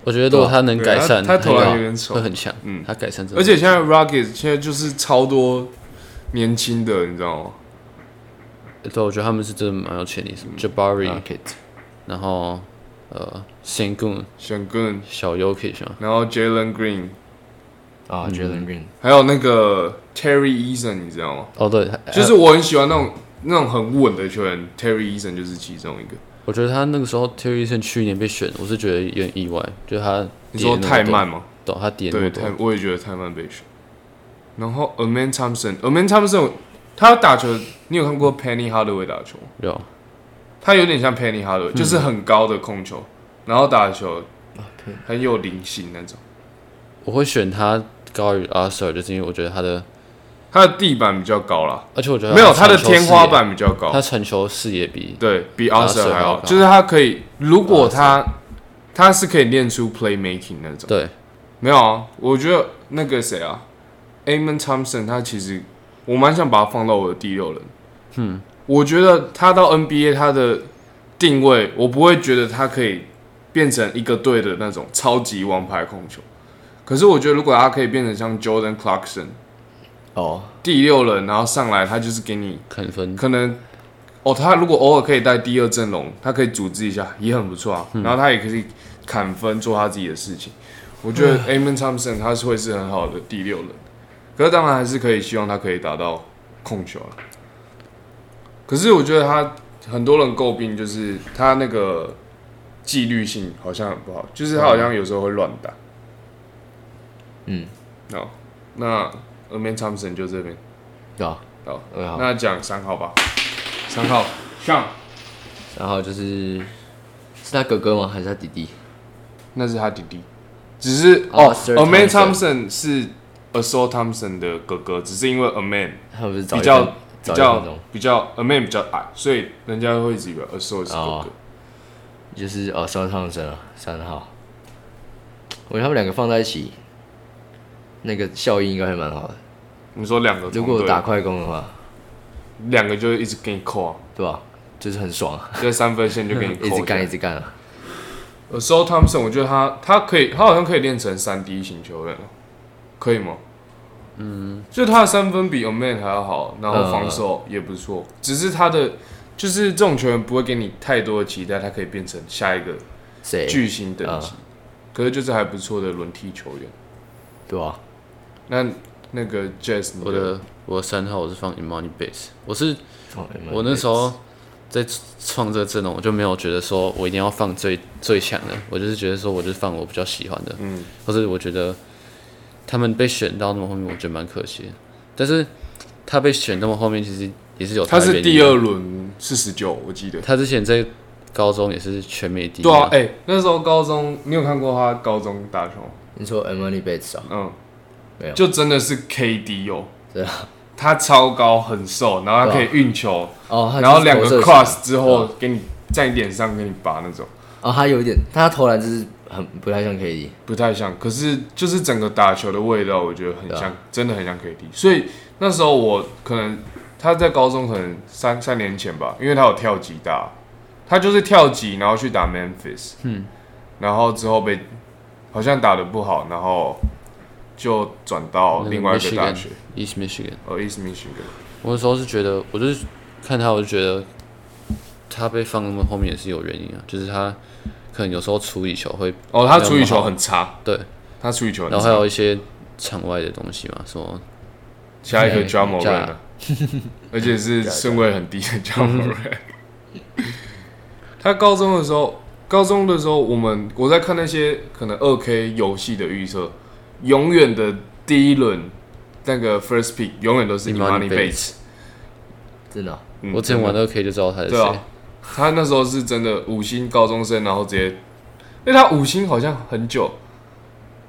C: 我觉得如果他能
A: 对
C: 改
A: 他
C: 善，
A: 他投篮
C: 很好
A: 有点丑
C: 会很强，
A: 嗯
C: 他改善真的
A: 而且现在 Rocket 现在就是超多年轻的，你知道吗？
C: 对，啊我觉得他们是真的蛮有潜力，
A: 嗯
C: 什么 Jabari，、
B: Rocket
C: 然后呃 s a n g u n
A: 选 Gun，
C: 小 Yuki 是吗？
A: 然后 Jalen Green，嗯
B: 啊，Jalen Green，
A: 还有那个 Terry Eason，你知道吗？
C: 哦，对，
A: 就
C: 还
A: 是我很喜欢那种那种很稳的球员，Terry Eason 就是其中一个。
C: 我觉得他那个时候 Terry Eason 去年被选，我是觉得有点意外，就是他
A: 你说
C: 跌那么多
A: 太慢，吗？
C: 对，他跌那
A: 对，
C: 么
A: 太
C: 多，
A: 我也觉得太慢被选。然后 a m a n Thompson，a m a n Thompson，他打球，你有看过 Penny Hardaway 打球吗？
C: 有
A: 他有点像 Penny
C: 嗯
A: Hardaway，、就是很高的控球，然后打球
C: 啊
A: 很有灵性那种。
C: 我会选他高于 Arthur，就是因为我觉得他的，
A: 他的地板比较高啦，
C: 而且我觉得
A: 没有他
C: 他
A: 的
C: 传球视
A: 天
C: 野
A: 花，板比较高，
C: 啊他传球视野比
A: 对比 a r t
C: Arthur
A: u r 还
C: 还要
A: 好，
C: 高
A: 就是他可以，如果他他是可以练出 play making 那种。
C: 对
A: 没有啊，我觉得那个谁啊，Amon Thompson，他其实我蛮想把他放到我的第六人。嗯，我觉得他到 NBA 他的定位，我不会觉得他可以变成一个队的那种超级王牌控球。可是我觉得如果他可以变成像 Jordan Clarkson
B: 哦，
A: 第六人，然后上来他就是给你
C: 肯分，
A: 可能哦，他如果偶尔可以带第二阵容，他可以组织一下，也很不错啊。然后他也可以砍分，做他自己的事情。我觉得 Amon Thompson 他是会是很好的第六人，可是当然还是可以希望他可以达到控球了。可是我觉得他很多人诟病就是他那个纪律性好像很不好，就是他好像有时候会乱打。
B: 嗯，
A: 好，那 Amon Thompson 就这边。
B: 对啊，
A: 好，
B: OK，好，
A: 那讲三号吧，三号上。
B: 然后就是是他哥哥吗？还是他弟弟？
A: 那是他弟弟，只是哦
B: 哦 Sir
A: ，A Man
B: Thompson
A: Thompson 是 A s o Thompson 的哥哥，只是因为 A Man
B: 他们不是早
A: 比
B: 一
A: 较比
B: 早一分
A: 较
B: 钟，
A: 比较 a man 比较矮，所以人家会一直以为 a s o 是哥
B: 哦
A: 哥。
B: 就是哦，烧烫神啊，三号。我觉得他们两个放在一起，那个效应应该会蛮好的。
A: 你说两个
B: 如
A: 同
B: 果打
A: 队，
B: 快攻的话，
A: 两个就一直给你扣啊，
B: 对吧？就是很爽啊，
A: 在三分线就给你扣
B: 一直
A: 下
B: 干一直干啊。
A: 呃 s o Thompson，我觉得他他可以，他好像可以练成三 D 型球员了，可以吗？嗯，就他的三分比 a man 还要好，然后
C: 嗯
A: 防守也不错，只是他的就是这种球员不会给你太多的期待，他可以变成下一个
B: 谁？
A: 巨星等级，
C: 嗯
A: 可是就是还不错的轮替球员。
B: 对吧？
A: 那那个 Jazz，你
C: 我的我的三号我是放 Imani Base，我是
B: 哦有没有
C: 我那时候在创这个阵容，我就没有觉得说我一定要放最最强的，我就是觉得说我就放我比较喜欢的，
A: 嗯，
C: 或者我觉得他们被选到那么后面，我觉得蛮可惜的。但是他被选那么后面，其实也是有
A: 他
C: 的
A: 是
C: 原因
A: 第二，轮四十九，我记得。
C: 他之前在高中也是全美第一，
A: 对啊，哎、那时候高中，你有看过他高中打球吗？
B: 你说 Emily Bates 啊，
A: 嗯，
B: 没有
A: 就真的是 KD 哦，
B: 对
A: 啊，他超高很瘦，然后他可以运球，
B: 哦，他就是
A: 然后两个
B: 投射型啊
A: cross 之后给你在你脸上给你拔那种，
B: 哦，他有一点，他投篮就是很不太像 KD，
A: 不太像，可是就是整个打球的味道，我觉得很
B: 啊
A: 像，真的很像 KD，所以那时候我可能他在高中可能三三年前吧，因为他有跳级打，他就是跳级然后去打 Memphis，嗯，然后之后被好像打的不好，然后就转到另外一个大学。
C: East Michigan。
A: 哦，East Michigan，
C: 我那时候是觉得，我就是看他，我就觉得他被放那么后面也是有原因啊，就是他可能有时候处理球会，
A: 哦，他处理球很差，
C: 对，
A: 他处理球
C: 然
A: 很
C: 后还
A: 差。
C: 有一些场外的东西嘛，什么
A: 下一个 d r u m m e
C: 加
A: r 而且是顺位很低 的 d r u m m e r 他高中的时候，高中的时候，我们我在看那些可能二 K 游戏的预测，永远的第一轮那个 first pick 永远都是 Imani
C: Imani
A: Bates。
B: 真的哦、
A: 嗯
C: 我之前玩二 K 就知道他是
A: 对
C: 谁
A: 啊，，他那时候是真的五星高中生，然后直接，因为他五星好像很久，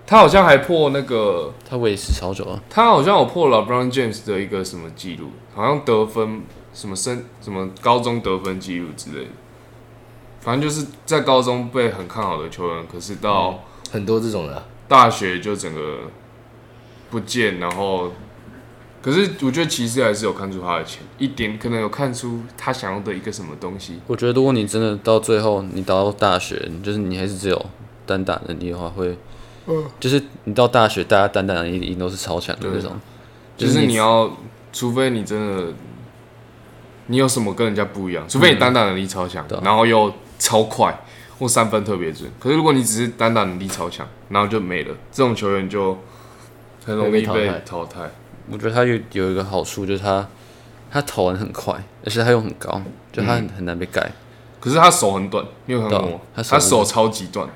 A: 他好像还破那个
C: 他维持超久啊，
A: 他好像有破了 Brown James 的一个什么记录，好像得分什么升什么高中得分记录之类的。反正就是在高中被很看好的球员，可是到
B: 很多这种的啊、
A: 大学就整个不见，然后，可是我觉得骑士还是有看出他的潜一点，可能有看出他想要的一个什么东西。
C: 我觉得如果你真的到最后你打到大学，就是你还是只有单打能力的话，会，就是你到大学大家单打能力一定都是超强的
A: 对
C: 那种，
A: 就是你要，除非你真的，你有什么跟人家不一样，除非你单打能力超强，
C: 对啊
A: 然后又超快或三分特别准。可是如果你只是单打能力超强，然后就没了，这种球员就很容易
B: 会
A: 被
B: 被淘汰
A: 淘汰。
C: 我觉得他有有一个好处就是他他投篮很快，而且他又很高，就他很很难被盖。
A: 可是他手很短，你有看过吗
C: 对？他手
A: 他手超级短的，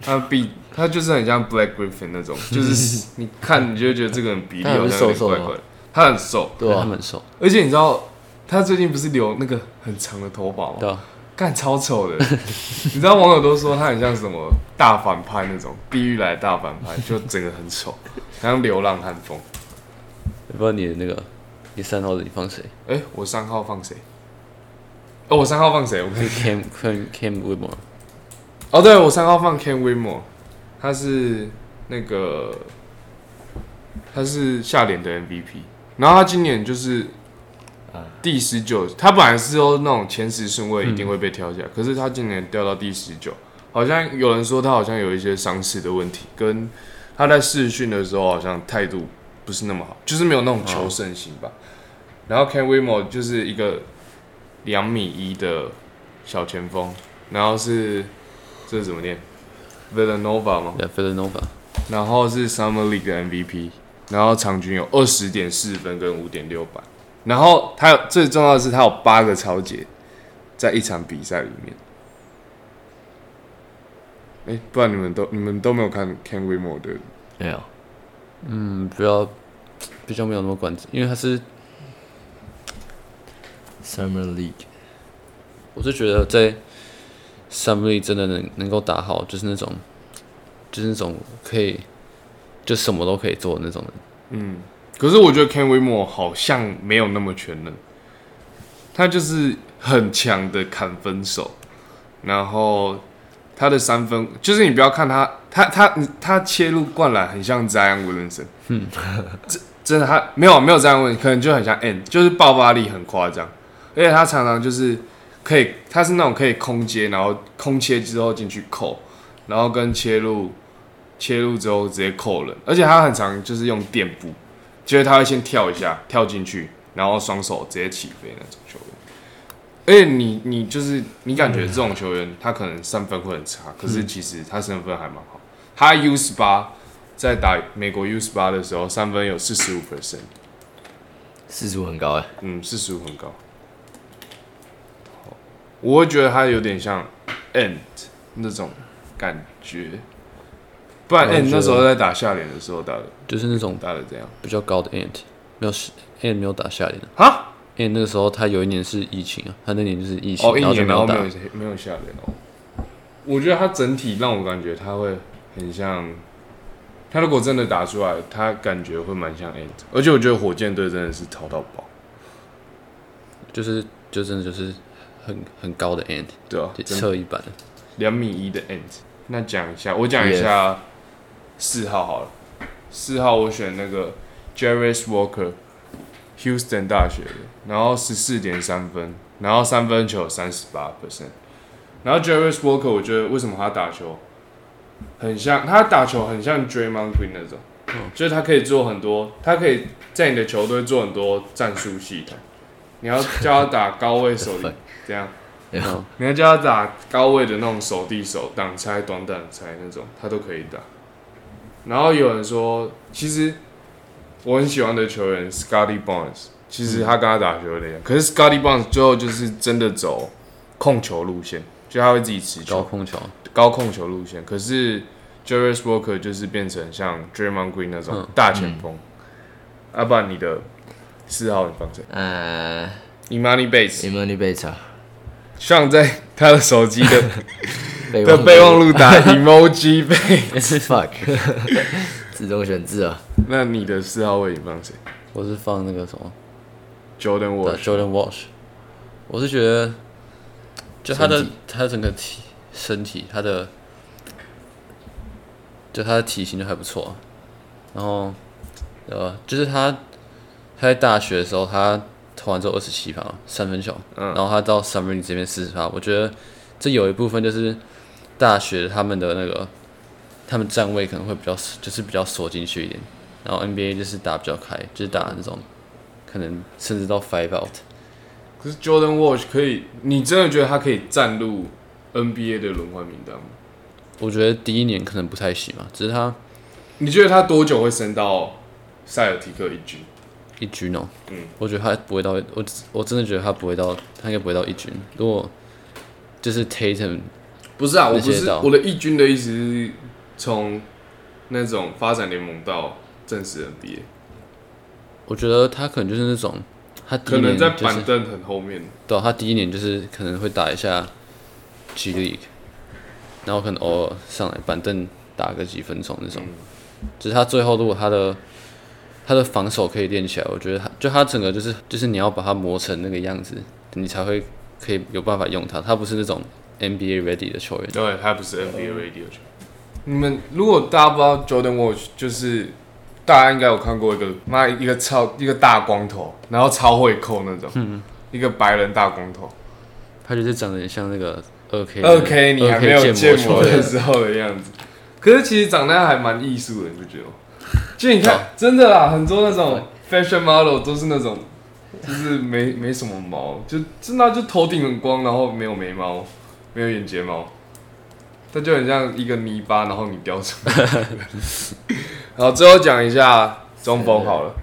A: 他比他就是很像 Black Griffin 那种，就是你看你就会觉得这个人比例
B: 他很
A: 好像有点
B: 瘦瘦
A: 怪
B: 的
A: 怪
B: 吗
A: 的，他很瘦，
B: 对
C: 他
B: 啊，
C: 们瘦，
A: 而且你知道他最近不是留那个很长的头发吗？
C: 对啊，
A: 干超丑的， 你知道网友都说他很像什么大反派那种，地狱来的大反派，就整个很丑，像流浪汉风。
C: 不知道你的那个你三号的你 放谁？
A: 哎、我三号放谁？哦，我三号放谁？我看
C: 是 Cam Cam Cam Whitmore，
A: 哦，对我三号放 Ken Whitmore，他是那个他是下联的 MVP，然后他今年就是第十九，他本来是说那种前十顺位一定会被挑下来，可是他今年掉到第十九，好像有人说他好像有一些伤势的问题，跟他在试训的时候好像态度不是那么好，就是没有那种求胜心吧。然后 Ken Whitmore 就是一个两米一的小前锋，然后是这是怎么念？Villanova 吗？
C: 对 Villanova，
A: 然后是 Summer League 的 MVP，然后场均有二十点四分跟五点六板，然后他有最重要的是他有八个超节，在一场比赛里面。哎、不然你们都你们都没有看 Ken Whitmore 的，
B: 没有，
C: 嗯，比较比较没有那么关注，因为他是
B: Summer League
C: 我是觉得在 Summer League 真的能能够打好，就是那种就是那种可以就什么都可以做的那种人。
A: 可是我觉得 Ken Whitmore 好像没有那么全能，他就是很强的砍分手，然后他的三分就是你不要看他，他他他切入灌篮很像 Zion Williamson，嗯，真真的他没有没有 Zion Williamson，可能就很像 N，就是爆发力很夸张，而且他常常就是可以，他是那种可以空接，然后空切之后进去扣，然后跟切入切入之后直接扣人，而且他很常就是用垫步，就是他会先跳一下，跳进去，然后双手直接起飞那种球员。而且你你就是你感觉这种球员，他可能三分会很差，可是其实他三分还蛮好。他 U 十八在打美国 U 十八的时候，三分有四十五 percent，
B: 四十五很高哎，
A: 嗯，四十五很高。我会觉得他有点像 End 那种感觉，不然
C: 我也
A: End
C: 觉得
A: 那时候在打下联的时候打的
C: 就是那种
A: 打的这样
C: 比较高的 ant，没有 ant 没有打下联的
A: 啊？
C: ，ant 那个时候他有一年是疫情啊，他那年就是疫情，
A: 哦，一
C: 然后就
A: 年
C: 没
A: 然
C: 有
A: 后
C: 打
A: 没有没有下联哦。我觉得他整体让我感觉他会很像，他如果真的打出来，他感觉会蛮像 Ant，而且我觉得火箭队真的是淘到爆，
C: 就是就真的就是很很高的 ant，
A: 对啊
C: 就，
A: 真的
C: 侧一版的。
A: 两米一的 Ant。那讲一下，我讲一下四号好了，四号我选那个 Jarvis Walker，Houston 大学的，然后十四点三分，然后三分球三十八 percent，然后 Jarvis Walker 我觉得为什么他打球很像，他打球很像 Draymond Green 那种，就是他可以做很多，他可以在你的球队做很多战术系统，你要叫他打高位手
B: Fuck
A: 这样。哦
B: 然后
A: 你要叫他打高位的那种手递手挡拆、短挡拆那种，他都可以打。然后有人说，其实我很喜欢的球员 Scotty Barnes，其实他跟他打球有点像，可是 Scotty Barnes 最后就是真的走控球路线，就他会自己持
C: 高
A: 球，
C: 空球，
A: 高控球路线。可是 Jarvis Walker 就是变成像 Draymond Green 那种
C: 嗯
A: 大前锋。阿爸，你的四号你放谁
B: 呃
A: ？Imani Bates，
B: ，Emily Bates 啊，
A: 像在他的手机的
B: 备
A: 的备忘
B: 录
A: 录打 emoji 背。
B: ，fuck，自动选字啊，
A: 那你的四号位你放谁
C: 我是放那个什么
A: ？Jordan
C: 打
A: Wall。
C: Jordan Walsh，我是觉得就他的
B: 身体
C: 他整个体身体他的就他的体型就还不错啊、然后呃就是他他在大学的时候他投完之后二十七发嘛三分球，
A: 嗯
C: 然后他到 Summer League 这边四十发，我觉得这有一部分就是大学他们的那个他们站位可能会比较就是比较缩进去一点，然后 NBA 就是打比较开，就是打那种可能甚至到 five out。
A: 可是 Jordan Wall 可以，你真的觉得他可以占入 NBA 的轮换名单吗？
C: 我觉得第一年可能不太行嘛，只是他
A: 你觉得他多久会升到塞尔提克一军？
C: 一军哦，
A: 嗯，
C: 我觉得他不会到，我我真的觉得他不会到，他应该不会到一军。如果就是 Tatum
A: 不是啊，我
C: 那
A: 不
C: 些
A: 是
C: 到
A: 我的一军的意思是从那种发展联盟到正式 NBA，
C: 我觉得他可能就是那种，他第
A: 可
C: 一
A: 能
C: 年
A: 在
C: 就
A: 板
C: 是
A: 凳很后面。
C: 对啊、他第一年就是可能会打一下 G League，然后可能偶尔上来板凳打个几分钟那种。
A: 嗯
C: 只是他最后如果他的他的防守可以练起来，我觉得他就他整个就是就是你要把它磨成那个样子，你才会可以有办法用他。他不是那种 NBA ready 的球员，
A: 对，他不是 NBA radio 球。呃你们如果大家不知道 Jordan Wall，就是大家应该有看过一个妈一个超一个大光头，然后超会扣那种，
C: 嗯
A: 一个白人大光头，
C: 他就是长得很像那个二 K
A: 二 K 你还没有建模
C: 球
A: 的
C: 员，
A: 时候的样子。可是其实长得还蛮艺术的，你不觉得吗？就你看，真的啦，很多那种 fashion model 都是那种，就是没没什么毛，就真的啊就头顶很光，然后没有眉毛，没有眼睫毛，它就很像一个泥巴，然后你雕出来。 好，最后讲一下中锋好了，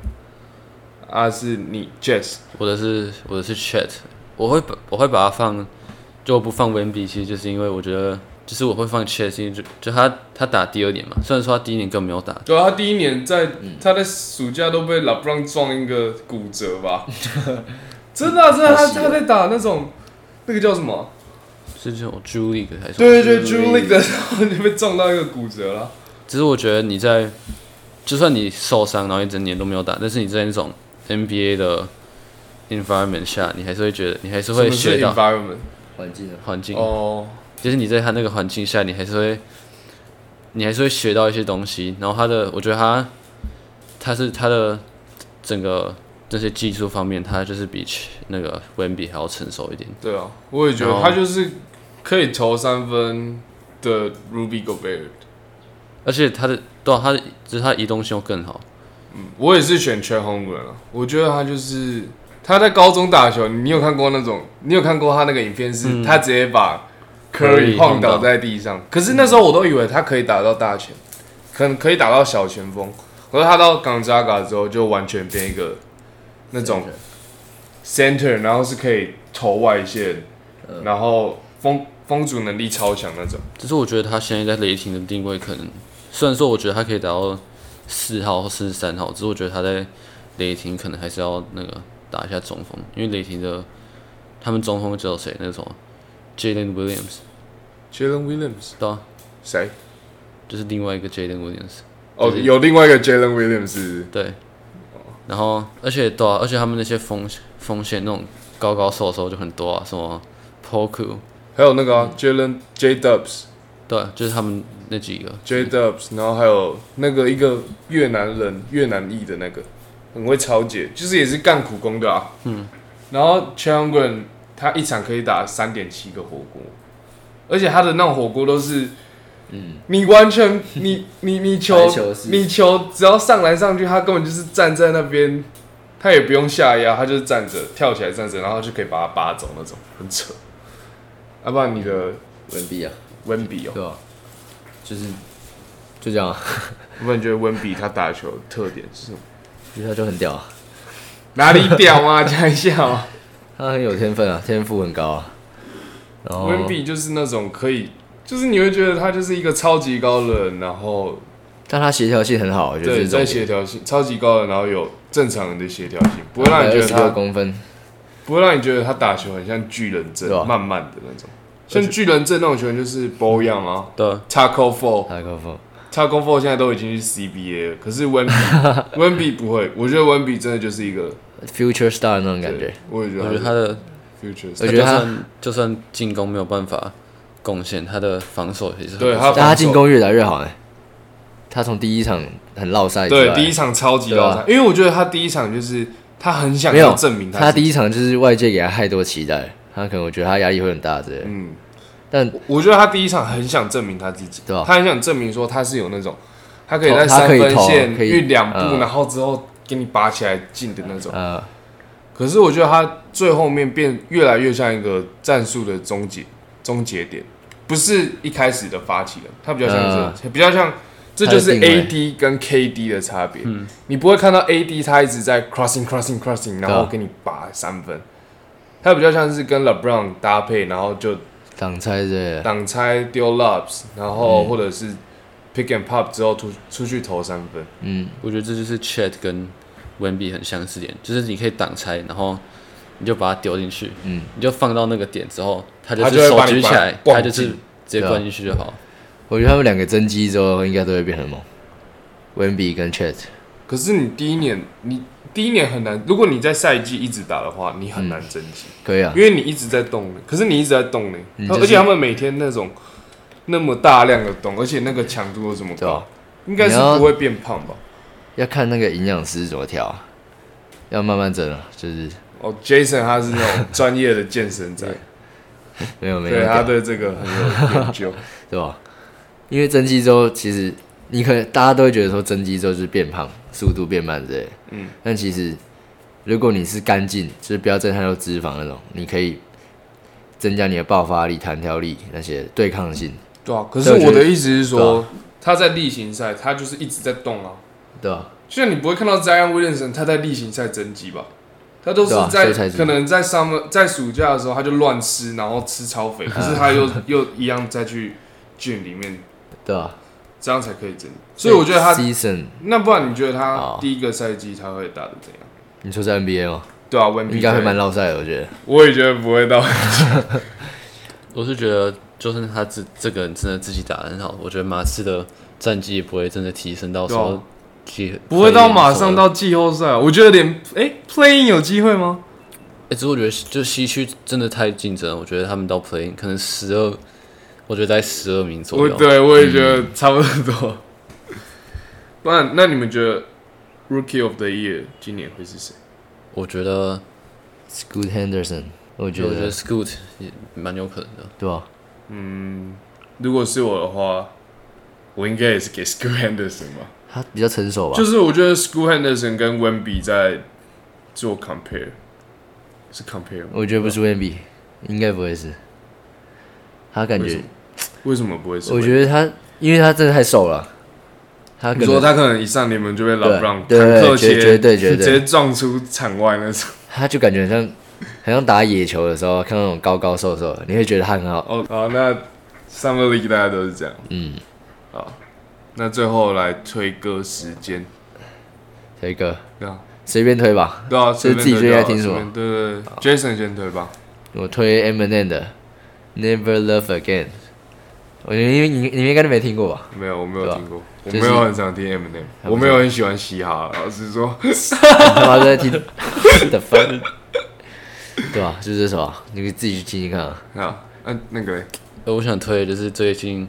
A: 啊，是你 Jazz，
C: 我的是我的是 Chat，我会把我会把它放，就我不放 Wemby，其实就是因为我觉得，就是我会放 Chat，是因为就就他他打第二年嘛，虽然说他第一年根本没有打，
A: 对啊，他第一年在他在暑假都被 LeBron 撞一个骨折吧，真的啊、真的啊、
B: 可
A: 他
B: 惜了
A: 他在打那种那个叫什么？啊
C: 是这种 G League 还是什么
A: 对对对
B: Drew
A: j u l i
B: League
A: 的时候 就被撞到一个骨折了。
C: 只是我觉得你在，就算你受伤然后一整年都没有打，但是你在那种 NBA 的 environment 下，你还是会觉得，你还是
A: 什
C: 会
A: 么是
C: 学到嗯
A: environment？
B: 环境啊，
C: 环境，
A: 哦，
C: 就是你在他那个环境下，你还是会，你还是会学到一些东西。然后他的，我觉得他，他是他的整个这些技术方面，他就是比其那个 Wemby 还要成熟一点。
A: 对啊，我也觉得
C: 然后
A: 他就是可以投三分的 Ruby Gobert。
C: 而且他的，对、啊，他的就是他的移动性又更好。
A: 我也是选 Chet h o n g r e n 啊，我觉得他就是他在高中打球，你有看过那种，你有看过他那个影片是，他直接把 Curry
C: 嗯 Curry
A: 晃
C: 晃
A: 倒
C: 倒
A: 在地上。可是那时候我都以为他可以打到大前，可能可以打到小前锋，可是他到 Gonzaga 之后就完全变一个那种 center，然后是可以投外线，
C: 嗯
A: 然后封封阻能力超强那种。
C: 只是我觉得他现在在雷霆的定位可能，虽然说我觉得他可以打到四号或四十三号，只是我觉得他在雷霆可能还是要那个打一下中锋，因为雷霆的他们中锋只有谁？那种 Jalen Williams，
A: Jalen Williams
C: 对、啊，
A: 谁？
C: 就是另外一个 Jalen Williams，
A: 哦，
C: 就是
A: 有另外一个 Jalen Williams 是不是
C: 对。
A: 哦
C: 然后，而且对、啊，而且他们那些锋锋线那种高高瘦瘦就很多啊，什么 Poku，
A: 还有那个、
C: 嗯
A: 啊 Jalen J Dubs。
C: 对啊，就是他们那几个
A: J Dubs，然后还有那个一个越南人越南裔的那个，很会超解，就是也是干苦工的啊。嗯。然后 c h a n g r e n 他一场可以打三点七个火锅，而且他的那种火锅都是，嗯，你完全你 你你球
B: 白球是
A: 你球只要上来上去，他根本就是站在那边，他也不用下压，他就是站着跳起来站着，然后就可以把他扒走那种，很扯。要、不然你的
B: 文笔啊，
A: 温比哦，
B: 对吧？就是就这样啊，
A: 要不然你觉得温比他打球的特点是什么？
B: 觉得他就很屌啊，
A: 哪里屌啊？讲一下 嘛。
B: 他很有天分啊，天赋很高啊。然后
A: 温比就是那种可以，就是你会觉得他就是一个超级高的人，然后
B: 但他协调性很好，我觉得
A: 对，
B: 这
A: 在
B: 种
A: 协调性超级高的人，然后有正常人的协调性，不会让你觉得
B: 二
A: 他
B: 公分，
A: 不会让你觉得他打球很像巨人阵
B: 对，啊
A: 慢慢的那种。像巨人阵那种球员就是 Bo y o n g 啊
C: 对啊
A: ，Taco Four。
B: 他高峰，
A: Taco Four 现在都已经是 CBA 了，可是 温比温比不会，我觉得温比真的就是一个
B: future star 那种感觉
A: 对。，我也觉
C: 我
A: 得
C: 觉得他
A: 是
C: 的
A: future，
B: 我
A: star
B: 觉得他
C: 就算就算进攻没有办法贡献，他的防守也是很
A: 对
C: 不
A: 他
C: 错
B: 但他进攻越来越好哎、他从第一场很落赛之外，
A: 对，第一场超级
B: 对啊
A: 高产，因为我觉得他第一场就是他很想
B: 没
A: 要
B: 有
A: 证明
B: 他
A: 自己
B: 第一场就是外界给他太多期待，他可能我觉得他压力会很大之类的。
A: 嗯，
B: 但
A: 我觉得他第一场很想证明他自己，
B: 对啊
A: 他很想证明说他是有那种，他可以
B: 投
A: 在
B: 他
A: 三
B: 可以
A: 分
B: 投
A: 线
B: 可以
A: 运两步，
B: 嗯
A: 然后之后给你拔起来进的那种。
B: 呃，
A: 可是我觉得他最后面变越来越像一个战术的终结终结点，不是一开始的发起人，他比较像
B: 嗯
A: 这，比较像。这
B: 他的
A: 就是
B: 定位
A: AD 跟 KD 的差别，你不会看到 AD 他一直在 crossing crossing crossing，然后
B: 啊
A: 给你拔三分，他比较像是跟 LeBron 搭配，然后就
B: 挡拆之类的，
A: 挡拆丢 lobs，然后
B: 嗯
A: 或者是 pick and pop 之后突出去投三分，
B: 嗯，
C: 我觉得这就是 Chat 跟 Wemby 很相似点，就是你可以挡拆，然后你就把它丢进去，
B: 嗯，
C: 你就放到那个点之后，他就
A: 他就会
C: 是手
A: 把你
C: 举起来，
A: 灌
C: 他就是
A: 进
C: 直接
B: 对啊
C: 灌进去就好。
B: 我觉得他们两个争击之后应该都会变很猛。温比跟 Chat，
A: 可是你第一年你第一年很难，如果你在赛季一直打的话，你
B: 嗯
A: 很难争级，
B: 可以啊
A: 因，为你一直在动，可是你一直在动呢，
B: 嗯
A: 他
B: 就是
A: 而且他们每天那种那么大量的动，而且那个强度又这么
B: 对
A: 高
B: 吧，？
A: 应该是
B: 你要
A: 不会变胖吧？
B: 要看那个营养师怎么调啊，要慢慢整啊，就是
A: 哦，Jason 他是那种专业的健身仔，
B: 没 有没有
A: 对他
B: 调，
A: 对这个很有研 究。啊
B: 对吧？因为增肌之后，其实你可能大家都会觉得说增肌之后就是变胖，速度变慢之类的。
A: 嗯，
B: 但其实如果你是干净，就是不要增太多脂肪那种，你可以增加你的爆发力、弹跳力那些对抗性，
A: 对啊，可是
B: 对我觉
A: 我的
B: 得
A: 意思是
B: 对啊
A: 说，他在例行赛他就是一直在动啊，
B: 对吧、
A: 就像你不会看到 Zion Williamson 他在例行赛增肌吧？他都是
B: 对啊
A: 在、
B: 所以才知
A: 可能在 summer 在暑假的时候他就乱吃，然后吃超 肥，可是他又又一样再去 gym 里面，
B: 对吧、
A: 这样才可以增。所以我觉得他，
B: season，
A: 那不然你觉得他
B: 好
A: 第一个赛季他会打的怎样？
B: 你说在 NBA 吗？
A: 对啊，温比
B: 哦应该会蛮落赛的，我觉得。
A: 我也觉得不会到。
C: 我是觉得，就算他自这个人真的自己打得很好，我觉得马刺的战绩也不会真的提升到
A: 对啊
C: 说去
A: 不会到马
C: 可以赢球
A: 上
C: 的
A: 啊到季后赛，我觉得连哎、Playing 有机会吗？
C: 欸，只是我觉得就西区真的太竞争了，我觉得他们到 play 可能十二，我觉得在十二名左
A: 我
C: 右，
A: 对我也觉得。
C: 差不多。
A: 嗯不然，那你们觉得 Rookie of the Year 今年会是谁？
C: 我觉得，
B: Scoot Henderson，我
C: 我
B: 觉得
C: 得 Scoot 也蛮有可能的。
B: 对吧？
A: 如果是我的话，我应该也是给 School Henderson 吧。
B: 他比较成熟吧
A: 就？是我觉得 School Henderson 跟 Wemby 在做 compare，是 compare 吗？
B: 我觉得不是
A: 啊
B: Wemby，应该不会是。他感
A: 为什
B: 觉
A: 么，为什么不会是 Wemby？
B: 我觉得他，因为他真的太瘦了，他
A: 你
B: 可
A: 说
B: 能
A: 他可能一上联盟就被老
B: 对
A: 让坦
B: 对
A: 克
B: 绝
A: 切，
B: 绝对绝
A: 直
B: 对
A: 接撞出场外那种。
B: 他就感觉很像，很像打野球的时候看到那种高高瘦瘦的，你会觉得他很好。
A: 哦，好，那 Summer League 大家都是这样。
B: 嗯，
A: 好，那最后来推歌时间，
B: 推歌
A: 对啊，
B: 随便推吧，
A: 对啊，
B: 所以
A: 随便
B: 自己
A: 推
B: 最
A: 就
B: 爱
A: 好
B: 听什
A: 随
B: 么
A: 便对对对，Jason 先推吧。
B: 我推 Eminem 的《Never Love Again》，我觉得因为你你们应该都没听 过吧？
A: 没有，我没有
B: 对吧
A: 听过，我
B: 就是
A: 没有很常听 Eminem，
B: 还不错
A: 我没有很喜欢嘻哈，老实说，
B: 他妈都在听的分，对吧？就是这首啊，你可以自己去听听看啊。
A: 啊，那那个嘞
C: 呃我想推的就是最近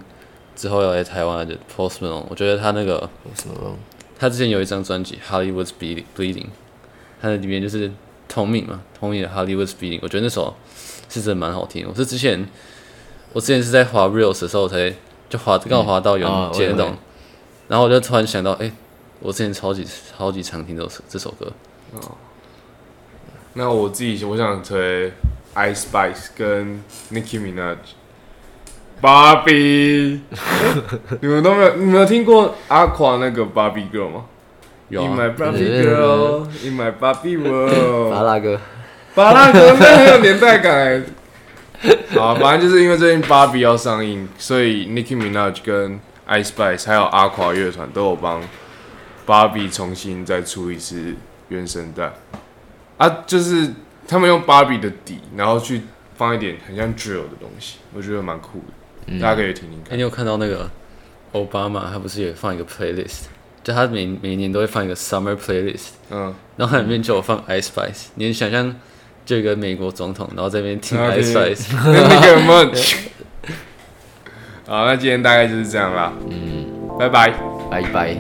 C: 之后要来台湾的 Post Malone，我觉得他那个
B: 有什么？
C: 他之前有一张专辑《Hollywood's Bleeding》，Bleeding，他的里面就是同名嘛，同名的《Hollywood's Bleeding》，我觉得那首是真的蛮好听的。我是之前我之前是在滑 Reels 的时候才就滑刚好滑到有
B: 哦
C: 人接那
B: 我也
C: 种
B: 会，
C: 然后我就突然想到，哎、我之前超级超级常听这首这首歌，
A: 那我自己我想推 Ice Spice 跟 Nicki Minaj。芭 比，你们都没有，你们有听过阿垮那个芭比 girl 吗
C: 有
A: ？In
C: 啊
A: my Barbie girl, in my Barbie
B: 巴
A: world。
B: 拉哥，
A: 巴拉哥那很有年代 感欸。好，反正就是因为最近芭比要上映，所以 Nicki Minaj 跟 Ice Spice 还有阿垮乐团都有帮芭比重新再出一次原声带。啊，就是他们用芭比的底，然后去放一点很像 drill 的东西，我觉得蛮酷的，
B: 嗯
A: 大家可以听听
C: 哎、
A: 看。
C: 你有看到那个奥巴马，他不是也放一个 playlist，就他每每年都会放一个 summer playlist，
B: 哎
A: 嗯，
C: 然后它里面就有放 Ice Spice，你能想象就有一个美国总统，然后在那边听
A: 啊
C: Ice
A: 对
C: Spice，
A: 那那个有没有？ 好，那今天大概就是这样啦，
B: 嗯，
A: 拜拜。
B: 拜拜。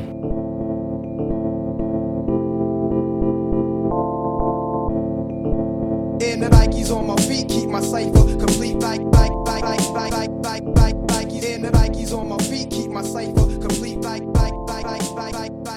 D: And the Nikes on my feet keep my cipher complete. Bike, bike, bike, bike, bike, bike, bike, bike, Nikes. And the Nikes on my feet keep my cipher complete. Bike, bike, bike, bike, bike, bike, bike,